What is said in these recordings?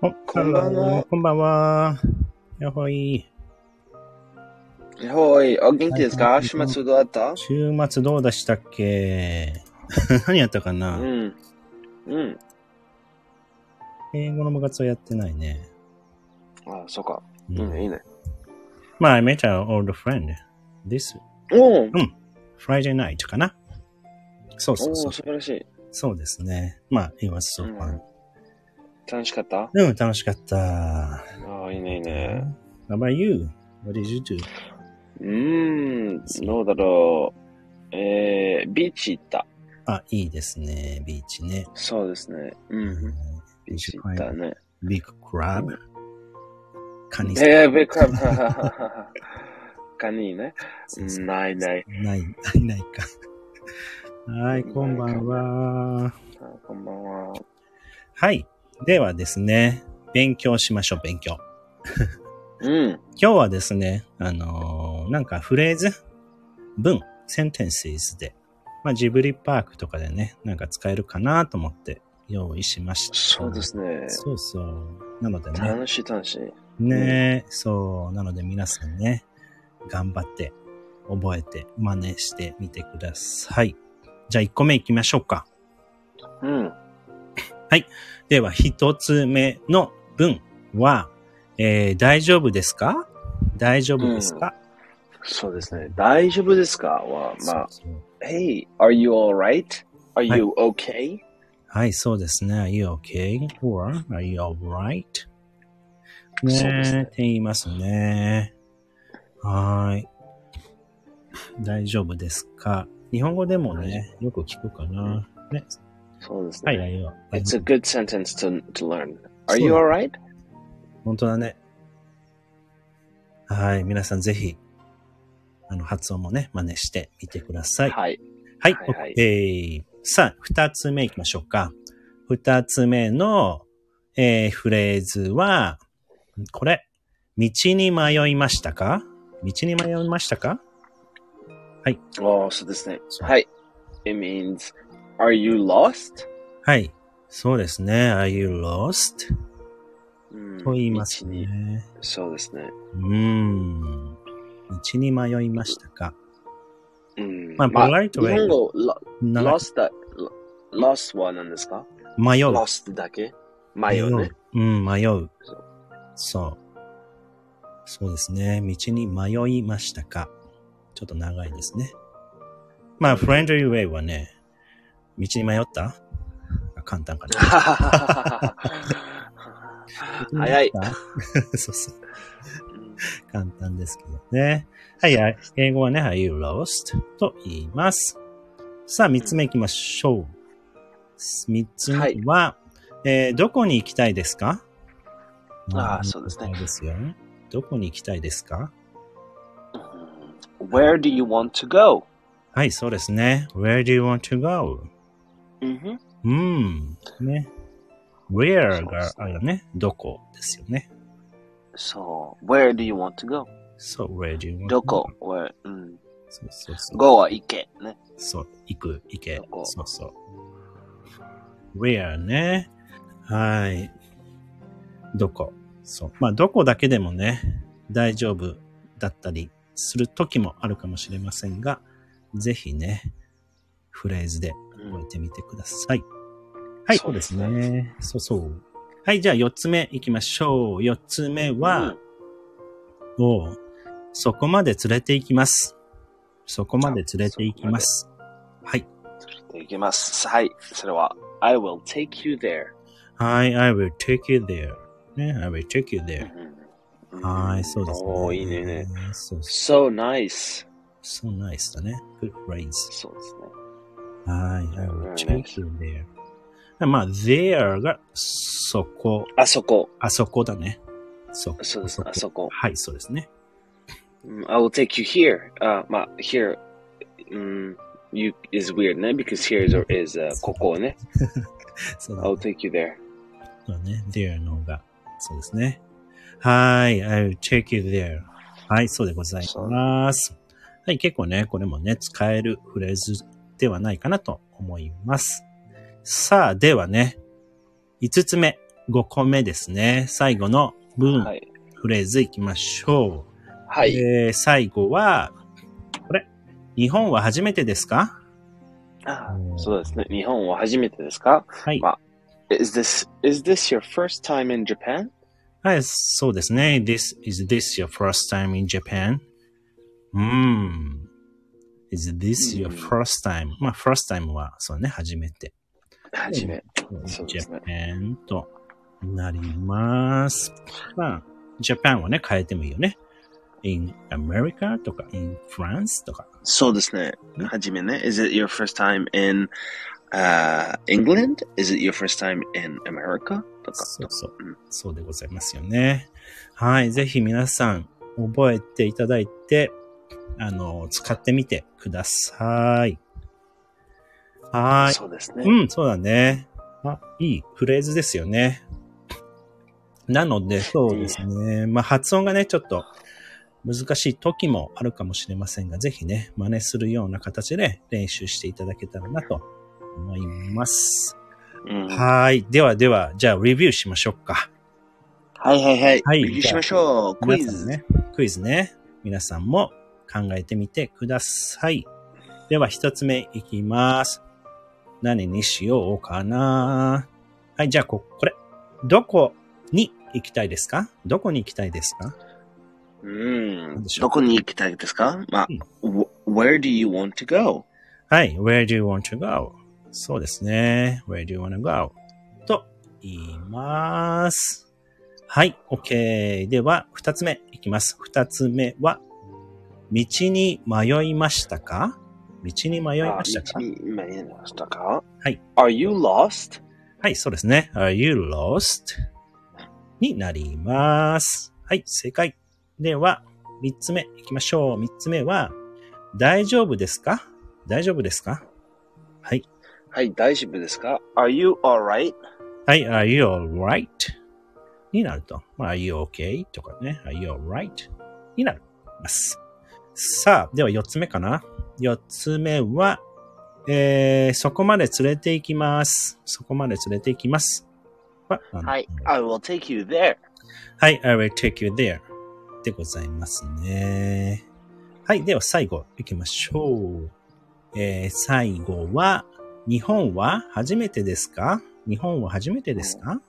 お、こんばんは。こんばんは。やほい。やほい。お元気ですかはい週末どうだった週末どうでしたっけ何やったかな、うん。うん。英語の部活はやってないね。あ、そうか。ういいね、いいね。まあ、I met an old friend this おー Friday night かな。そうおそうそーう。素晴らしい。そうですね。まあ、it was so うん fun. 楽しかったでも楽しかった。ああ、いいね、いいね。 How about you? What did you do? うーん、どうだろう。えー、ビーチ行った。あ、いいですね。ビーチね。そうですね。うん。ビーチ行ったね。ビッグクラブ。カニえー、ベックラブ。 カニね。うんないない。ない、ない、ないか。はい、こんばんは。あこんばんは。はい。ではですね、勉強しましょう、勉強。うん。今日はですね、あのーなんかフレーズ、文、センテンスで、まあ、ジブリパークとかでね、なんか使えるかなと思って用意しました。そうですね。そうそう。なのでね、楽しい楽しい。ねえ、そう。なので皆さんね、頑張って、覚えて、真似してみてください。じゃあ1個目行きましょうか。うん。では、一つ目の文は、えー大丈夫ですか大丈夫ですか、そうですね。大丈夫ですかは、まあ、そうそう Hey, are you alright? Are you okay? はい、そうですね。Are you okay? Or are you alright? そうねですえ、ねって言いますね。はーい。大丈夫ですか日本語でもね、よく聞くかな。ね、そうですはい、ね。はい、は It's a い。 good sentence to, to learn. そう Are you alright? 本当だね。はい、皆さんぜひ、あの、発音もね、真似してみてください。はい。はい、はいはい OK さあ、二つ目行きましょうか。二つ目の、えーフレーズは、これ、道に迷いましたか道に迷いましたかおー、そうですね。そうはい。It means, Are you lost? はい。そうですね。Are you lost? うんと言います道にね。そうですね。うーん。道に迷いましたかうん。まあまあ、 polite 日 way 本語、lo- な lost だ、lo- lost は何ですか迷う。 ?lost だけ迷う oh. ね。。うん、迷うそう。そう。そうですね。道に迷いましたか。ちょっと長いですね。まあ、フレンドリーウェイはね、道に迷ったあ簡単かな。 早い。。 そうそう。Hmm. 簡単ですけどね。はい、はい英語はね、Are you lost? と言います。さあ、三つ目行きましょう。三つ目は、えーどこに行きたいですかあーそうですね行きたいですよ。どこに行きたいですか Where do you want to go? はい、そうですね。Where do you want to go? うんうん。ね。Where そうでがすねあるよね。どこですよね。そう。Where do you want to go? So, where do you want to go? どこ Where? うん。そうそうそう。 Go は行け。ね。そう、行く、行けそ。こそうそう。where ね。はい。どこ。そう。まあ、どこだけでもね、大丈夫だったりする時もあるかもしれませんが、ぜひね、フレーズでうん覚えてみてください。はい、そそううでですすねね。そうそう。はい、じゃあ4つ目行きましょう。4つ目 Mm, は、おうそこまで連れて行きます。そこまで連れて行きます。はい。うん行きます。はい。それは、I will take you there. Hi, I will take you there. ね、I will take you there. Mm. うんはい、そうですね。おー、いいねいいね。。そう、そう So nice. so nice だね。Good phrase. そうですね。はい、I will Very nice. take you there. まあ、there が、そこ、あそこ。あそこだね。そこ。そうです。あこそこ。はい、そうですね。うん Mm, I will take you here. あ、まあ、here. うん。You is weird ね。because here is, is、uh, ここね。そうだ I will take you there. そうだね。there の方が、そうですね。はい、I will take you there. はい、そうでございます。はい、結構ね、これもね、使えるフレーズではないかなと思います。さあ、ではね、5つ目、 5個目ですね。最後の文、はい。フレーズいきましょう。はい。えー最後は、これ、日本は初めてですかあそうですね。日本は初めてですかはい。まあ ?Is this, is this your first time in Japan? はい、そうですね。This, is this your first time in Japan? うーん。Is this your うん first time? まあ、first time は、そうね、初めて。初め。そうですね Japan となります。まあ、Japan はね、変えてもいいよね。in America とか in France とか。そうですね。初めね。Is it your first time in、uh, England? Is it your first time in America? とか。そうそううん。そうでございますよね。はい。ぜひ皆さん、覚えていただいて、あの、使ってみてください。はい。そうですね。うん、そうだね。あ、いいフレーズですよね。なので、そうですね。まあ、発音がね、ちょっと難しい時もあるかもしれませんが、ぜひね、真似するような形で練習していただけたらなと思います。うんははい。ではでは、じゃあ、レビューしましょうか。いはいはい。はいレビューしましょう。クイ皆さズ。んね。クイズね。皆さんも考えてみてください。では、一つ目いきます。何にしようかな。はい、じゃあこ、これ。どこに行きたいですかどこに行きたいですかうんでしょうどこに行きたいですかまあ、wh- Where do you want to go? はい、where do you want to go? そうですね。where do you wanna go? と言います。はい、OK。では、二つ目いきます。二つ目は、道に迷いましたか道に迷いましたかあ道に迷いましたかはい。 Are you lost? はい、そうですね。Are you lost? になります。はい、正解。では、三つ目いきましょう。三つ目は、大丈夫ですか大丈夫ですかはい。はい、大丈夫ですか ?Are you alright? はい、are you alright? になると。まあ are you okay? とかね。are you alright? になります。さあ、では4つ目かな。4つ目は、えー、そこまで連れて行きます。そこまで連れて行きます。ははい。I will take you there. はい、I will take you there でございますね。はい、では最後行きましょう。えー、最後は、日本は初めてですか日本は初めてですか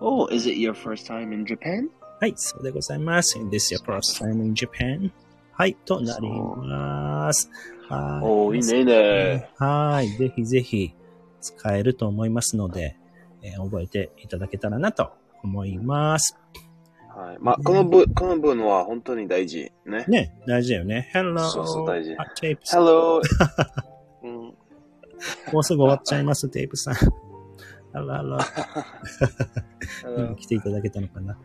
Oh, is it your first time in Japan? はい、そうでございます。This is your first time in Japan. はい、となります。はい。おー、いいね、いいね。はい。ぜひぜひ使えると思いますので、えー覚えていただけたらなと思います。はい。まあ、この文、この文は本当に大事。ね。ね、大事だよね。Hello. そうそう大事あテープさん Hello! うんもうすぐ終わっちゃいます、テープさん。あらあら、今来ていただけたのかな。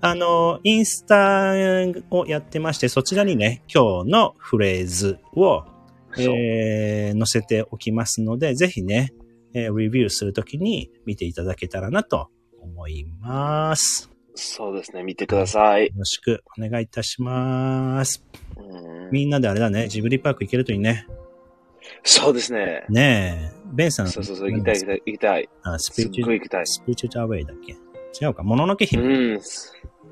あの、インスタをやってまして、そちらにね、今日のフレーズを、そうえー載せておきますので、ぜひね、えーレビューするときに見ていただけたらなと思います。そうですね、見てください。よろしくお願いいたします。うんみんなであれだね、ジブリパーク行けるといいね。そうですね。ねえ、ベンさん、そうそうそう、行きたい、行きたい、行きたい。あスピすリっチュごい行きたい。スピリチュアウェイだっけ違うか、もののけ姫。うん。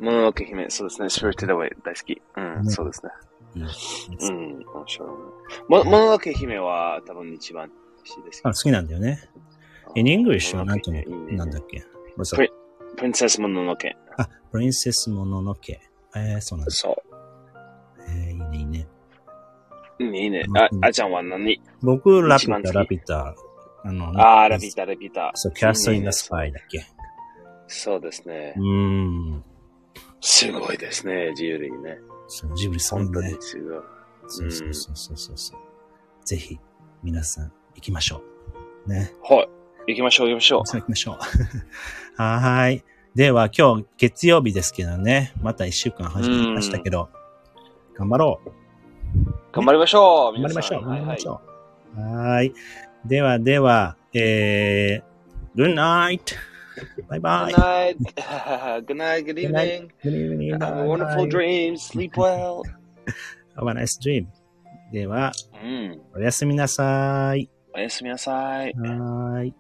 もののけ姫、そうですね。スピリティダウェイ大好き。うん、ねそうですね。うんうん、面白い。ももののけ姫は多分一番好きですけあ、好ど。きなんだよね。In English はもなのんのていうけ姫のいいねなんだっけププリプリンセスもののけ。あ、プリンセスもののけ。えー、そうなんだ。そう。えー、いいね、いいね。うんいいねう。んあ、あちゃんは何僕、ラピュ一番好タ、きラピュタ。あの、あー、ラピータ、ラピータ。そう、キャスト・イン・いいねザ・スパイだっけ。そうですねう。ーん。すごいですね、ジュリーね。そう、ジブリさん本当ねに。すごい。そうそうそうそうそうそう。ぜひ、皆さん、行きましょう。ね。はい。行きましょう、行きましょさあ行きましょう。 はーい。では、今日、月曜日ですけどね。また一週間始まりましたけど、頑張ろう。う。頑張りましょう、頑張り皆さんましょう。頑張りましはいはょいう。はーい。ではでは、えー、good night! バイバイ Good night. Good night, good Good night. evening. !Good evening! Have a Bye-bye. wonderful dream. Sleep well. Have a nice dream! では、うん。おやすみなさい。おやすみなさい。はーい。